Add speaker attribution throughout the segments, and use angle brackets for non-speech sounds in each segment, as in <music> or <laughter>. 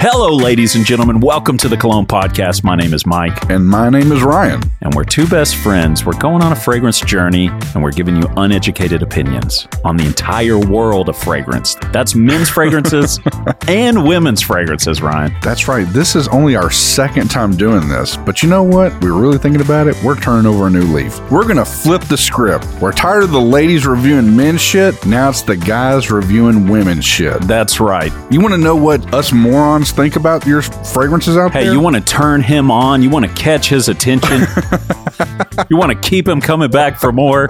Speaker 1: Hello, ladies and gentlemen. Welcome to the Cologne Podcast. My name is Mike,
Speaker 2: And my name is Ryan.
Speaker 1: and we're two best friends. We're going on a fragrance journey, and we're giving you uneducated opinions on the entire world of fragrance. That's men's fragrances and women's fragrances, Ryan.
Speaker 2: That's right. This is only our second time doing this, but you know what? We We're really thinking about it. We're turning over a new leaf. We're going to flip the script. We're tired of the ladies reviewing men's shit. Now it's the guys reviewing women's shit.
Speaker 1: That's right.
Speaker 2: You want to know what us morons think about your fragrances out
Speaker 1: Hey,
Speaker 2: there?
Speaker 1: you want to turn him on? You want to catch his attention? you want to keep him coming back for more?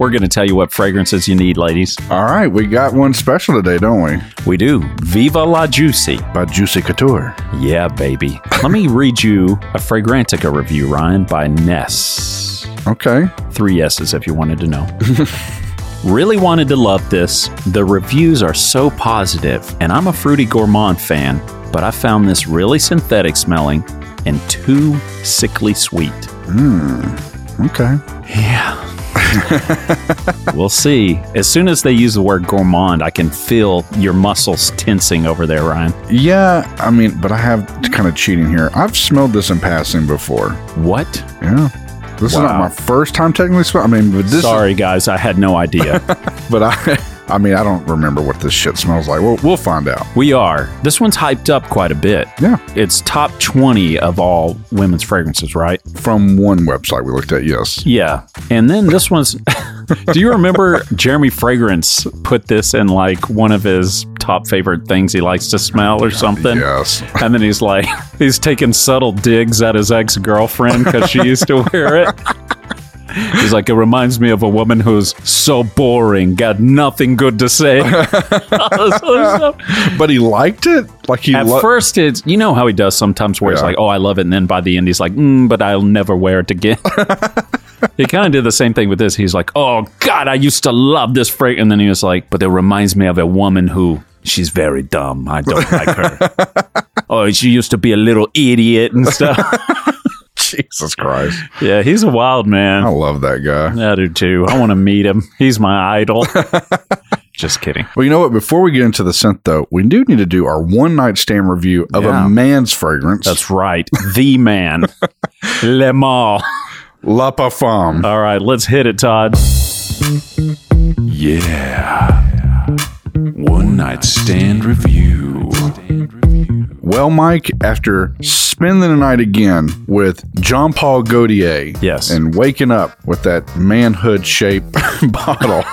Speaker 1: We're going to tell you what fragrances you need, ladies.
Speaker 2: All right, we got one special today, don't we?
Speaker 1: We do. Viva la Juicy.
Speaker 2: By Juicy Couture.
Speaker 1: Yeah, baby. Let me read you a Fragrantica review, Ryan, by Ness.
Speaker 2: Okay.
Speaker 1: Three S's if you wanted to know. really wanted to love this. The reviews are so positive, and I'm a fruity gourmand fan, but I found this really synthetic smelling and too sickly sweet.
Speaker 2: Okay.
Speaker 1: Yeah. we'll see. As soon as they use the word gourmand, I can feel your muscles tensing over there, Ryan.
Speaker 2: Yeah, I mean, but I have kind of cheating here. I've smelled this in passing before.
Speaker 1: What?
Speaker 2: Yeah. This is
Speaker 1: Wow.
Speaker 2: not my first time technically smelling. I mean, but this
Speaker 1: Sorry, guys. I had no idea.
Speaker 2: but I <laughs> I mean, I don't remember what this shit smells like. We'll, we'll find out.
Speaker 1: We are. This one's hyped up quite a bit.
Speaker 2: Yeah.
Speaker 1: It's top 20 of all women's fragrances, right?
Speaker 2: From one website we looked at, yes.
Speaker 1: Yeah. And then this one's. <laughs> Do you remember Jeremy Fragrance put this in like one of his top favorite things he likes to smell or something?
Speaker 2: Yes.
Speaker 1: And then he's like, <laughs> he's taking subtle digs at his ex girlfriend because she used to wear it. <laughs> He's like, it reminds me of a woman who's so boring, got nothing good to say. <laughs> All this other stuff.
Speaker 2: But he liked it? Like he
Speaker 1: At
Speaker 2: lo-
Speaker 1: first, it's you know how he does sometimes, where it's
Speaker 2: Yeah.
Speaker 1: like, "Oh, I love it," and then by the end, he's like, mm, "But I'll never wear it
Speaker 2: <laughs>
Speaker 1: again." he kind of did the same thing with this. He's like, "Oh God, I used to love this fragrance," and then he was like, "But it reminds me of a woman who she's very dumb. I don't like
Speaker 2: <laughs>
Speaker 1: her. oh, she used to be a little idiot and
Speaker 2: <laughs>
Speaker 1: stuff."
Speaker 2: Jesus Christ.
Speaker 1: yeah, he's a wild
Speaker 2: I
Speaker 1: man.
Speaker 2: love that guy.
Speaker 1: I do too. I want to meet him. He's my
Speaker 2: <laughs>
Speaker 1: idol. Just kidding.
Speaker 2: Well, you know what? Before we get into the scent, though, we do need to do our one night stand review of
Speaker 1: Yeah.
Speaker 2: a man's fragrance,
Speaker 1: That's right. The
Speaker 2: <laughs>
Speaker 1: man. Le Mans.
Speaker 2: La Parfum.
Speaker 1: All right, let's hit it, Todd.
Speaker 3: One Night Stand Review.
Speaker 2: Well, Mike, after spending the night again with Jean Paul Gaultier
Speaker 1: Yes.
Speaker 2: and waking up with that manhood shaped <laughs> bottle,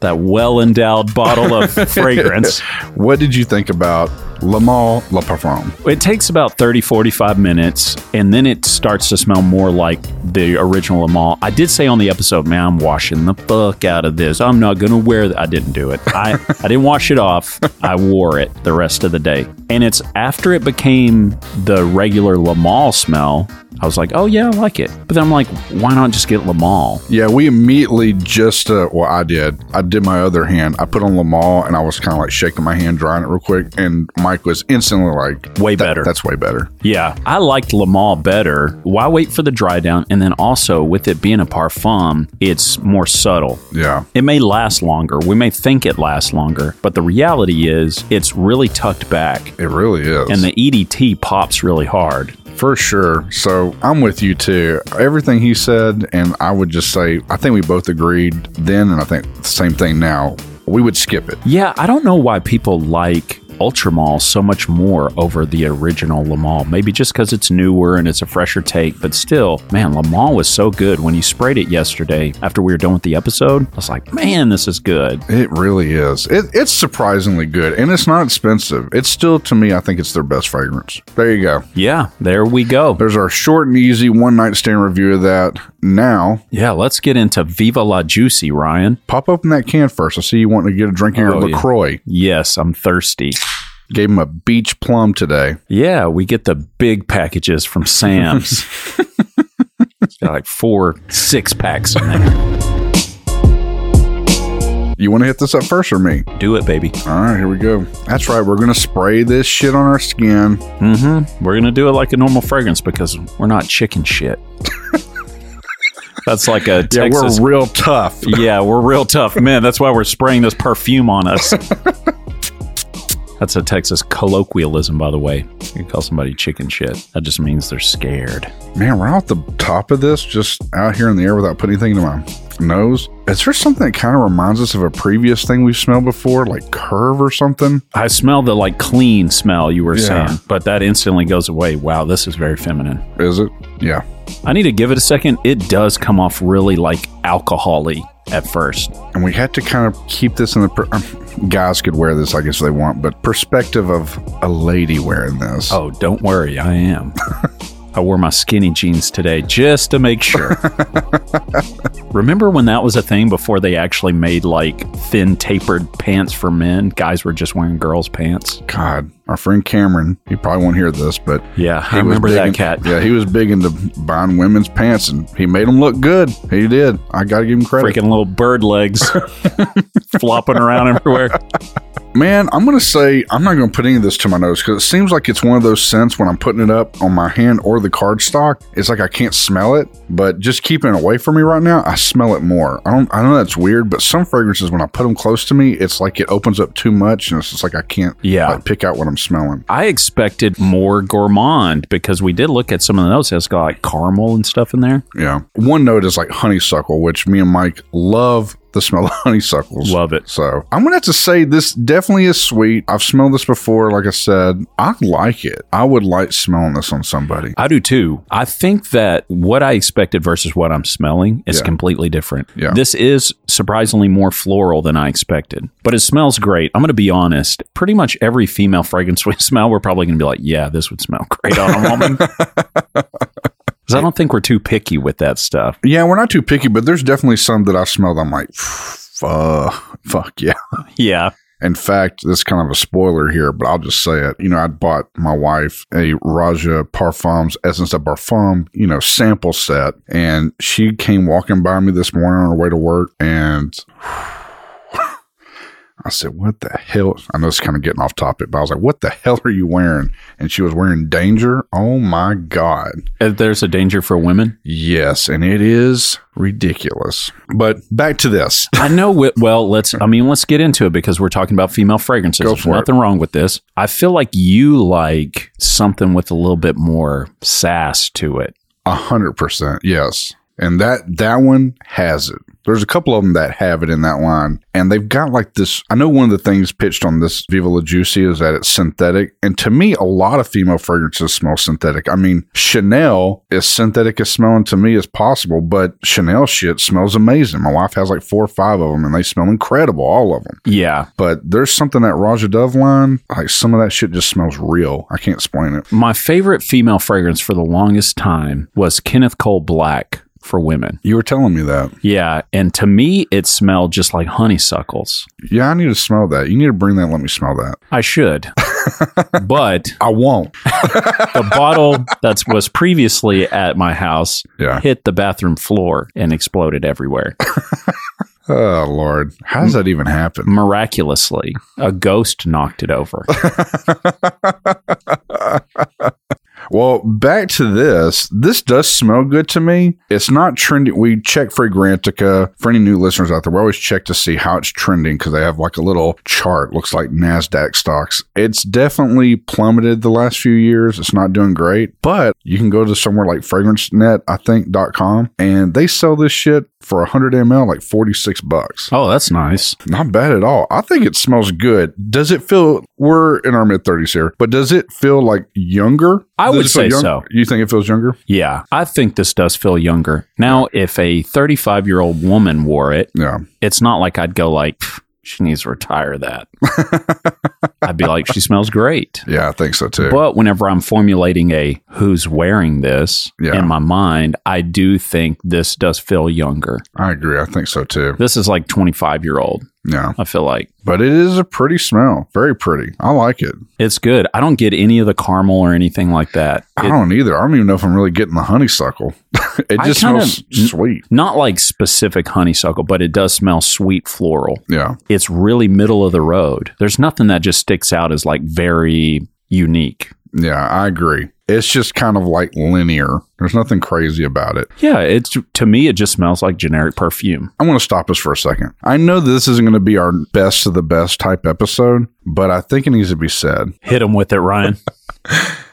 Speaker 1: that well endowed
Speaker 3: <laughs>
Speaker 1: bottle of fragrance.
Speaker 2: what did you think about La Mal La Parfum?
Speaker 1: It takes about 30, 45 minutes, and then it starts to smell more like the original Amal. I did say on the episode, man, I'm washing the fuck out of this. I'm not going to wear that. I didn't do it. I, I didn't wash it off. I wore it the rest of the day. And it's after it became the regular Lamal smell. I was like, oh, yeah, I like it. But then I'm like, why not just get Lamal?
Speaker 2: Yeah, we immediately just uh, well, I did. I did my other hand. I put on Lamal, and I was kind of like shaking my hand, drying it real quick. And Mike was instantly like,
Speaker 1: Way
Speaker 2: "That-
Speaker 1: better.
Speaker 2: That's way better."
Speaker 1: Yeah, I liked Lamal better. Why wait for the dry down? And then also, with it being a parfum, it's more subtle.
Speaker 2: Yeah,
Speaker 1: It may last longer. We may think it lasts longer, but the reality is it's really tucked back
Speaker 2: it really is,
Speaker 1: and the EDT pops really hard.
Speaker 2: for sure. So I'm with you too. Everything he said, and I would just say, I think we both agreed then, and I think the same thing now. We would skip it.
Speaker 1: Yeah, I don't know why people like Ultramal so much more over the original Lamal. Maybe just because it's newer and it's a fresher take, but still, man, Lamal was so good. When you sprayed it yesterday after we were done with the episode, I was like, man, this is good.
Speaker 2: It really is. It, it's surprisingly good, and it's not expensive. It's still, to me, I think it's their best fragrance. There you go.
Speaker 1: Yeah, there we go.
Speaker 2: There's our short and easy one night stand review of that. Now,
Speaker 1: Yeah, let's get into Viva La Juicy, Ryan.
Speaker 2: pop open that can first. I see you wanting to get a drink of your
Speaker 1: Oh, yeah.
Speaker 2: LaCroix.
Speaker 1: Yes, I'm thirsty.
Speaker 2: Gave him a beach plum today.
Speaker 1: Yeah, we get the big packages from Sam's.
Speaker 2: <laughs>
Speaker 1: it's got like four six packs in there.
Speaker 2: You want to hit this up first or me?
Speaker 1: Do it, baby.
Speaker 2: All right, here we go. That's right. We're going to spray this shit on our skin. <laughs>
Speaker 1: Mm-hmm. We're gonna do it like a normal fragrance because we're not chicken shit. That's like a
Speaker 2: Yeah,
Speaker 1: Texas.
Speaker 2: we're real tough.
Speaker 1: <laughs> yeah, we're real tough men. That's why we're spraying this perfume on
Speaker 2: <laughs>
Speaker 1: us. That's a Texas colloquialism, by the way. You can call somebody chicken shit. That just means they're scared.
Speaker 2: Man, we're out the top of this, just out here in the air without putting anything to my nose. Is there something that kind of reminds us of a previous thing we've smelled before, like curve or something?
Speaker 1: I smell the like clean smell you were
Speaker 2: Yeah.
Speaker 1: saying, but that instantly goes away. Wow, this is very feminine.
Speaker 2: Is it? Yeah.
Speaker 1: I need to give it a second. It does come off really like alcoholy at first.
Speaker 2: And we had to kind of keep this in the per- um, guys could wear this, I guess, if they want, but perspective of a lady wearing this.
Speaker 1: Oh, don't worry, I am. <laughs> I wore my skinny jeans today just to make <laughs> sure. Remember when that was a thing before they actually made like thin tapered pants for men? Guys were just wearing girls' pants.
Speaker 2: God, our friend Cameron, he probably won't hear this, but
Speaker 1: Yeah, I
Speaker 2: he was
Speaker 1: remember
Speaker 2: big
Speaker 1: that
Speaker 2: in-
Speaker 1: cat.
Speaker 2: Yeah, he was big into buying women's pants, and he made them look good. He did. I gotta give him credit.
Speaker 1: Freaking little bird <laughs> legs flopping around everywhere.
Speaker 2: Man, I'm gonna say I'm not gonna put any of this to my nose because it seems like it's one of those scents when I'm putting it up on my hand or the cardstock. It's like I can't smell it, but just keeping it away from me right now, I smell it more. I don't. I know that's weird, but some fragrances when I put them close to me, it's like it opens up too much, and it's just like I can't.
Speaker 1: Yeah.
Speaker 2: like, pick out what I'm smelling.
Speaker 1: I expected more gourmand because we did look at some of the notes. It's got like caramel and stuff in there.
Speaker 2: Yeah. One note is like honeysuckle, which me and Mike love the smell of <laughs> honeysuckles.
Speaker 1: Love it.
Speaker 2: So I'm gonna have to say this definitely is sweet. I've smelled this before. Like I said, I like it. I would like smelling this on somebody.
Speaker 1: I do too. I think that what I expected versus what I'm smelling is
Speaker 2: Yeah.
Speaker 1: completely different.
Speaker 2: Yeah.
Speaker 1: This is surprisingly more floral than I expected, but it smells great. I'm going to be honest. Pretty much every female <laughs> fragrance we smell, we're probably going to be like, yeah, this would smell great on a
Speaker 2: <laughs>
Speaker 1: woman. <laughs> Because I don't think we're too picky with that stuff.
Speaker 2: Yeah, we're not too picky, but there's definitely some that I smell that I'm like, fuck, fuck yeah.
Speaker 1: Yeah.
Speaker 2: In fact, this is kind of a spoiler here, but I'll just say it. You know, I'd bought my wife a Raja Parfums Essence de Parfum, you know, sample set. And she came walking by me this morning on her way to work. And <sighs> I said, What the hell? I know it's kind of getting off topic, but I was like, What the hell are you wearing? And she was wearing Danger. Oh my God.
Speaker 1: Uh, There's a danger for women.
Speaker 2: Yes. And it is ridiculous. But back to this.
Speaker 1: I know. wi- Well, let's. I mean, let's get into it because we're talking about female fragrances.
Speaker 2: Go
Speaker 1: There's
Speaker 2: for it.
Speaker 1: nothing wrong with this. I feel like you like something with a little bit more sass to it.
Speaker 2: A hundred percent, yes. And that that one has it. There's a couple of them that have it in that line, and they've got like this. I know one of the things pitched on this Viva La Juicy is that it's synthetic, and to me, a lot of female fragrances smell synthetic. I mean, Chanel is synthetic as smelling to me as possible, but Chanel shit smells amazing. My wife has like four or five of them, and they smell incredible, all of them.
Speaker 1: Yeah.
Speaker 2: But there's something that Raja Dove line, like some of that shit just smells real. I can't explain it.
Speaker 1: My favorite female fragrance for the longest time was Kenneth Cole Black for women.
Speaker 2: You were telling me that.
Speaker 1: Yeah. And to me, it smelled just like honeysuckles.
Speaker 2: Yeah, I need to smell that. You need to bring that. and Let me smell that.
Speaker 1: I
Speaker 2: <laughs>
Speaker 1: should. but
Speaker 2: I won't.
Speaker 1: the bottle that was previously at my house
Speaker 2: Yeah.
Speaker 1: hit the bathroom floor and exploded everywhere.
Speaker 2: Oh Lord, how does that even happen?
Speaker 1: Miraculously, a ghost knocked it over.
Speaker 2: <laughs> Well, back to this. This does smell good to me. It's not trendy. We check for Grantica. For any new listeners out there, we always check to see how it's trending because they have like a little chart. Looks like Nasdaq stocks. It's definitely plummeted the last few years. It's not doing great, but you can go to somewhere like FragranceNet, I think .com, and they sell this shit for 100 ml like 46 bucks.
Speaker 1: Oh, that's nice.
Speaker 2: Not bad at all. I think it smells good. Does it feel we're in our mid thirties here, but does it feel like younger?
Speaker 1: I
Speaker 2: Does
Speaker 1: would
Speaker 2: it feel
Speaker 1: say
Speaker 2: young-
Speaker 1: so.
Speaker 2: You think it feels younger?
Speaker 1: Yeah, I think this does feel younger. Now, if a 35 year old woman wore it,
Speaker 2: Yeah.
Speaker 1: it's not like I'd go like, "Pff, she needs to retire
Speaker 2: <laughs>
Speaker 1: that. I'd be like, she smells great.
Speaker 2: Yeah, I think so too.
Speaker 1: But whenever I'm formulating a who's wearing this
Speaker 2: Yeah.
Speaker 1: in my mind, I do think this does feel younger.
Speaker 2: I agree. I think so too.
Speaker 1: This is like 25 year old,
Speaker 2: Yeah.
Speaker 1: I feel like.
Speaker 2: But it is a pretty smell. Very pretty. I like it.
Speaker 1: It's good. I don't get any of the caramel or anything like that.
Speaker 2: I
Speaker 1: It-
Speaker 2: don't either. I don't even know if I'm really getting the honeysuckle. <laughs> it
Speaker 1: I
Speaker 2: just
Speaker 1: kinda-
Speaker 2: smells sweet.
Speaker 1: not like specific honeysuckle, but it does smell sweet floral.
Speaker 2: Yeah.
Speaker 1: it's really middle of the road. There's nothing that just sticks out as like very unique.
Speaker 2: Yeah, I agree. It's just kind of like linear. There's nothing crazy about it.
Speaker 1: Yeah, it's to me it just smells like generic perfume.
Speaker 2: I want to stop us for a second. I know this isn't going to be our best of the best type episode, but I think it needs to be said.
Speaker 1: Hit him with it,
Speaker 2: <laughs>
Speaker 1: Ryan.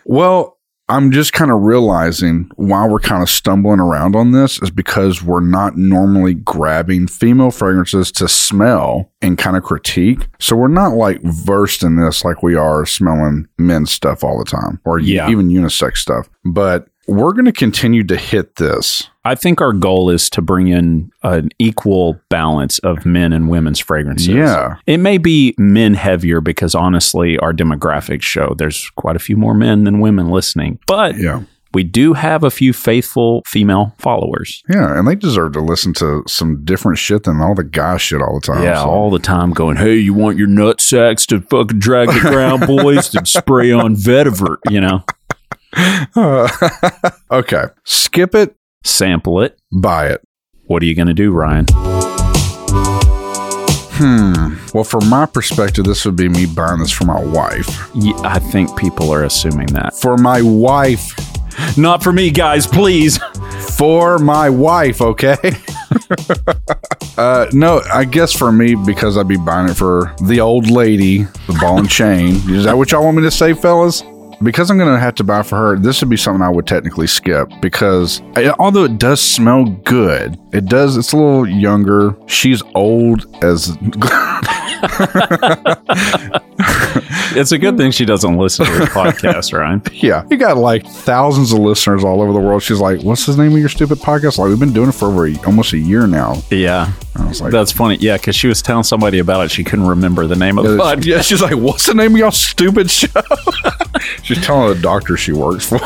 Speaker 2: Well, I'm just kind of realizing why we're kind of stumbling around on this is because we're not normally grabbing female fragrances to smell and kind of critique. So we're not like versed in this like we are smelling men's stuff all the time or
Speaker 1: Yeah.
Speaker 2: even unisex stuff. But we're going to continue to hit this.
Speaker 1: I think our goal is to bring in an equal balance of men and women's fragrances.
Speaker 2: Yeah.
Speaker 1: It may be men heavier because honestly, our demographics show there's quite a few more men than women listening. But
Speaker 2: Yeah.
Speaker 1: we do have a few faithful female followers.
Speaker 2: Yeah, and they deserve to listen to some different shit than all the guy shit all the time.
Speaker 1: Yeah,
Speaker 2: So-
Speaker 1: all the time going, hey, you want your nut sacks to fucking drag the ground, boys, to spray on vetiver, you know,
Speaker 2: <laughs> okay. Skip it,
Speaker 1: sample it.
Speaker 2: buy it.
Speaker 1: What are you going to do, Ryan?
Speaker 2: Well, from my perspective, this would be me buying this for my wife.
Speaker 1: Ye- I think people are assuming that.
Speaker 2: For my wife.
Speaker 1: Not for me, guys, please.
Speaker 2: For my wife, okay? <laughs> uh, no, I guess for me, because I'd be buying it for the old lady, the ball and chain. Is that what y'all want me to say, fellas? Because I'm going to have to buy for her, this would be something I would technically skip because I- although it does smell good, it does, it's a little younger. She's old as <laughs>
Speaker 1: It's a good thing she doesn't listen to <laughs> the podcast, Ryan.
Speaker 2: Yeah. You got like thousands of listeners all over the world. She's like, What's the name of your stupid podcast? Like, we've been doing it for over a, almost a year now.
Speaker 1: Yeah.
Speaker 2: I was like,
Speaker 1: That's funny. Yeah, because she was telling somebody about it. She couldn't remember the name of the
Speaker 2: Uh,
Speaker 1: podcast.
Speaker 2: yeah, she's like, What's the name of y'all stupid show? <laughs> she's telling the doctor she works for.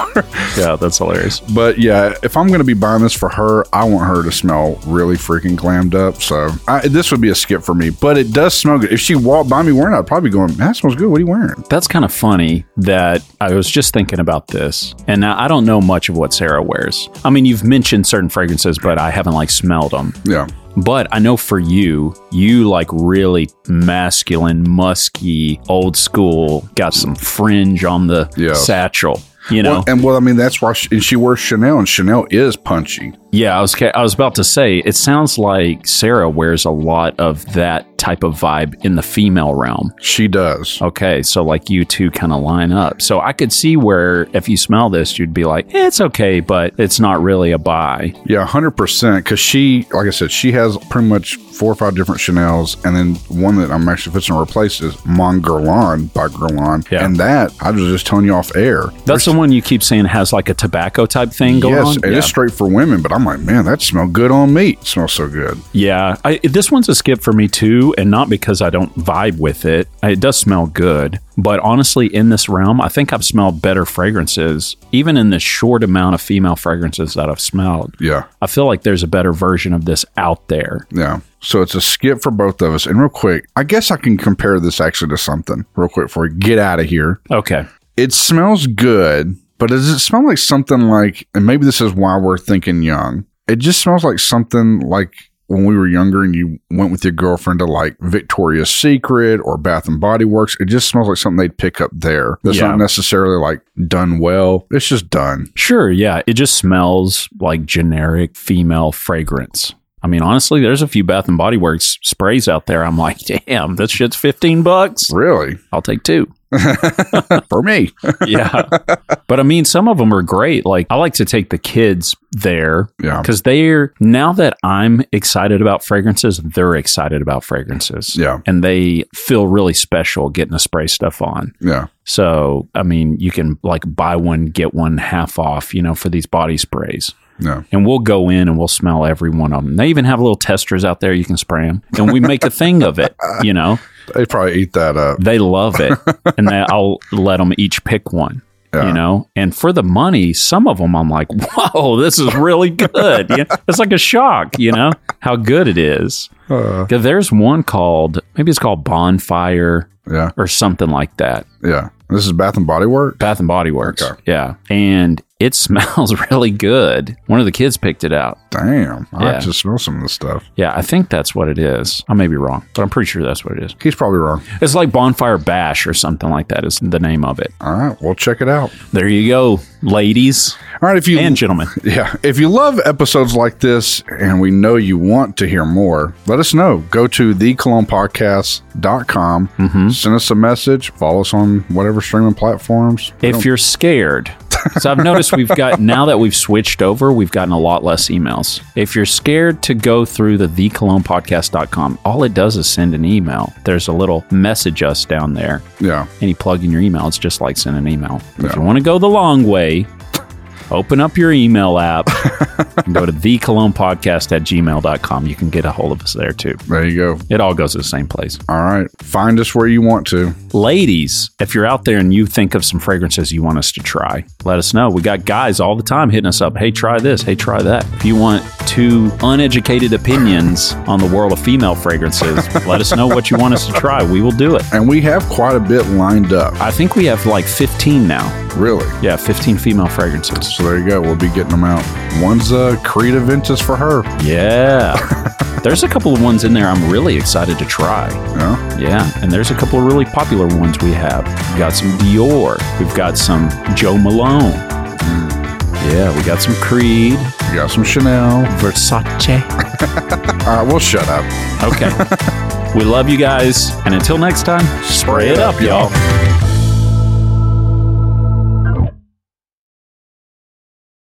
Speaker 1: Yeah, that's hilarious.
Speaker 2: <laughs> but yeah, if I'm going to be buying this for her, I want her to smell really freaking glammed up. So I, this would be a skip for me, but it does smell good. If she walked by me wearing it, I'd probably go, That smells good. What are you wearing?
Speaker 1: That's kind of funny that I was just thinking about this. And now I don't know much of what Sarah wears. I mean, you've mentioned certain fragrances, but I haven't like smelled them.
Speaker 2: Yeah.
Speaker 1: But I know for you, you like really masculine, musky, old school, got some fringe on the
Speaker 2: Yeah.
Speaker 1: satchel. You know,
Speaker 2: Well, and well, I mean, that's why she, and she wears Chanel, and Chanel is punchy.
Speaker 1: yeah, I was ca- I was about to say it sounds like Sarah wears a lot of that type of vibe in the female realm.
Speaker 2: She does.
Speaker 1: Okay, so like you two kind of line up. So I could see where if you smell this, you'd be like, eh, it's okay, but it's not really a buy.
Speaker 2: Yeah, hundred percent. Because she, like I said, she has pretty much four or five different Chanel's, and then one that I'm actually fixing to replace is Mon Guerlain by Guerlain,
Speaker 1: Yeah.
Speaker 2: and that I was just telling you off air.
Speaker 1: That's the one you keep saying has like a tobacco type thing going
Speaker 2: yes,
Speaker 1: on.
Speaker 2: it is straight for women, but I'm like, man, that smelled good on me. It smells so good.
Speaker 1: Yeah, I, this one's a skip for me too, and not because I don't vibe with it. It does smell good, but honestly, in this realm, I think I've smelled better fragrances, even in the short amount of female fragrances that I've smelled.
Speaker 2: Yeah,
Speaker 1: I feel like there's a better version of this out there.
Speaker 2: yeah. So it's a skip for both of us. And real quick, I guess I can compare this actually to something real quick before we get out of here.
Speaker 1: Okay.
Speaker 2: It smells good, but does it smell like something like, and maybe this is why we're thinking young. It just smells like something like when we were younger and you went with your girlfriend to like Victoria's Secret or Bath and Body Works. It just smells like something they'd pick up there. That's
Speaker 1: Yeah.
Speaker 2: not necessarily like done well. It's just done.
Speaker 1: Sure. Yeah. It just smells like generic female fragrance. I mean, honestly, there's a few Bath and Body Works sprays out there. I'm like, <laughs> damn, this shit's 15 bucks.
Speaker 2: Really?
Speaker 1: I'll take two.
Speaker 2: For me.
Speaker 1: yeah. But I mean, some of them are great. Like, I like to take the kids there
Speaker 2: Yeah.
Speaker 1: because they're now that I'm excited about fragrances, they're excited about fragrances.
Speaker 2: Yeah.
Speaker 1: And they feel really special getting to spray stuff on.
Speaker 2: Yeah.
Speaker 1: So, I mean, you can like buy one, get one half off, you know, for these body sprays.
Speaker 2: Yeah.
Speaker 1: And we'll go in and we'll smell every one of them. They even have little testers out there you can spray them. And we make a thing of it, you know?
Speaker 2: They probably eat that up.
Speaker 1: they love
Speaker 2: <laughs>
Speaker 1: it and they, i'll let them each pick one
Speaker 2: Yeah.
Speaker 1: you know and for the money some of them i'm like whoa this is really good yeah, it's like a shock you know how good it is 'Cause there's one called maybe it's called bonfire
Speaker 2: Yeah.
Speaker 1: or something like that
Speaker 2: Yeah. This is Bath and Body Work.
Speaker 1: bath and body works
Speaker 2: Okay.
Speaker 1: yeah and It <laughs> smells really good. One of the kids picked it out.
Speaker 2: Damn. I
Speaker 1: Yeah.
Speaker 2: have to smell some of this stuff.
Speaker 1: Yeah, I think that's what it is. I may be wrong, but I'm pretty sure that's what it is.
Speaker 2: He's probably wrong.
Speaker 1: It's like Bonfire Bash or something like that is the name of it.
Speaker 2: All right. We'll check it out.
Speaker 1: There you go, ladies
Speaker 2: All right. If you
Speaker 1: and gentlemen.
Speaker 2: Yeah. If you love episodes like this and we know you want to hear more, let us know. Go to thecolognepodcast.com. Mm-hmm. Send us a message. Follow us on whatever streaming platforms. We
Speaker 1: If
Speaker 2: don't-
Speaker 1: you're scared, so I've noticed we've got now that we've switched over, we've gotten a lot less emails. If you're scared to go through the thecolognepodcast.com, all it does is send an email. There's a little message us down there,
Speaker 2: yeah.
Speaker 1: and you plug in your email. It's just like sending an email. If you want to go the long way, open up your email app and go to thecolognepodcast at gmail.com. You can get a hold of us there too.
Speaker 2: There you go.
Speaker 1: It all goes to the same place.
Speaker 2: All right. Find us where you want to.
Speaker 1: Ladies, if you're out there and you think of some fragrances you want us to try, let us know. We got guys all the time hitting us up. Hey, try this. Hey, try that. If you want two uneducated opinions on the world of female fragrances, let us know what you want us to try. We will do it.
Speaker 2: And we have quite a bit lined up.
Speaker 1: I think we have like 15 now.
Speaker 2: Really.
Speaker 1: Yeah, 15 female fragrances.
Speaker 2: So there you go. We'll be getting them out. One's uh, Creed Aventus for her.
Speaker 1: Yeah. There's a couple of ones in there I'm really excited to try.
Speaker 2: Yeah.
Speaker 1: Yeah, and there's a couple of really popular ones we have. We've got some Dior. We've got some Joe Malone. Yeah, we got some Creed,
Speaker 2: You got some Chanel.
Speaker 1: Versace.
Speaker 2: All right. We'll shut up.
Speaker 1: Okay. we love you guys, and until next time, spray it up, y'all.